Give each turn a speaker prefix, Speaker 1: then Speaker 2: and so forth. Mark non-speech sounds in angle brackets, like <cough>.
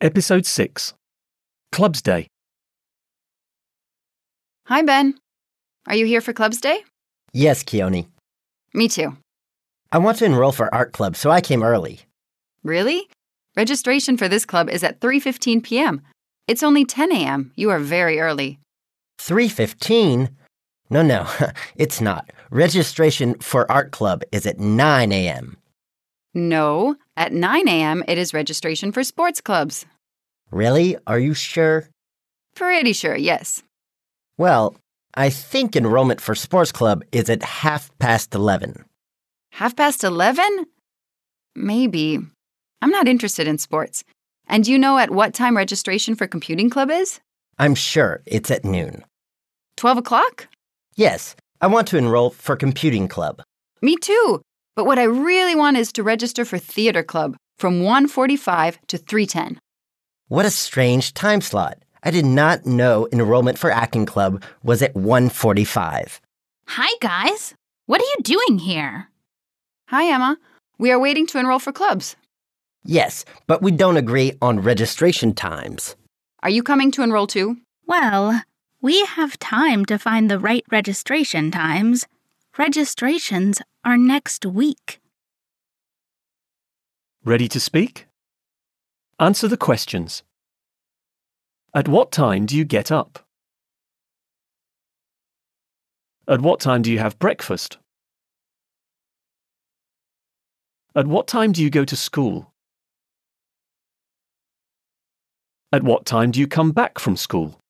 Speaker 1: Episode 6 Clubs Day.
Speaker 2: Hi, Ben. Are you here for Clubs Day?
Speaker 3: Yes, Keone.
Speaker 2: Me too.
Speaker 3: I want to enroll for art club, so I came early.
Speaker 2: Really? Registration for this club is at 3:15 p.m. It's only 10 a.m. You are very early.
Speaker 3: 3:15? No, no. <laughs> it's not. Registration for art club is at 9 a.m.
Speaker 2: No, at 9 a.m. it is registration for sports clubs.
Speaker 3: Really? Are you sure?
Speaker 2: Pretty sure, yes.
Speaker 3: Well, I think enrollment for sports club is at half past 11.
Speaker 2: Half past 11? Maybe. I'm not interested in sports. And do you know at what time registration for computing club is?
Speaker 3: I'm sure it's at noon.
Speaker 2: 12 o'clock?
Speaker 3: Yes, I want to enroll for computing club.
Speaker 2: Me too. But what I really want is to register for theater club from 1:45 to 3:10.
Speaker 3: What a strange time slot. I did not know enrollment for acting club was at 1:45.
Speaker 4: Hi, guys. What are you doing here?
Speaker 2: Hi, Emma. We are waiting to enroll for clubs.
Speaker 3: Yes, but we don't agree on registration times.
Speaker 2: Are you coming to enroll too?
Speaker 4: Well, we have time to find the right registration times. Registrations are next week.
Speaker 1: Ready to speak? Answer the questions. At what time do you get up? At what time do you have breakfast? At what time do you go to school? At what time do you come back from school?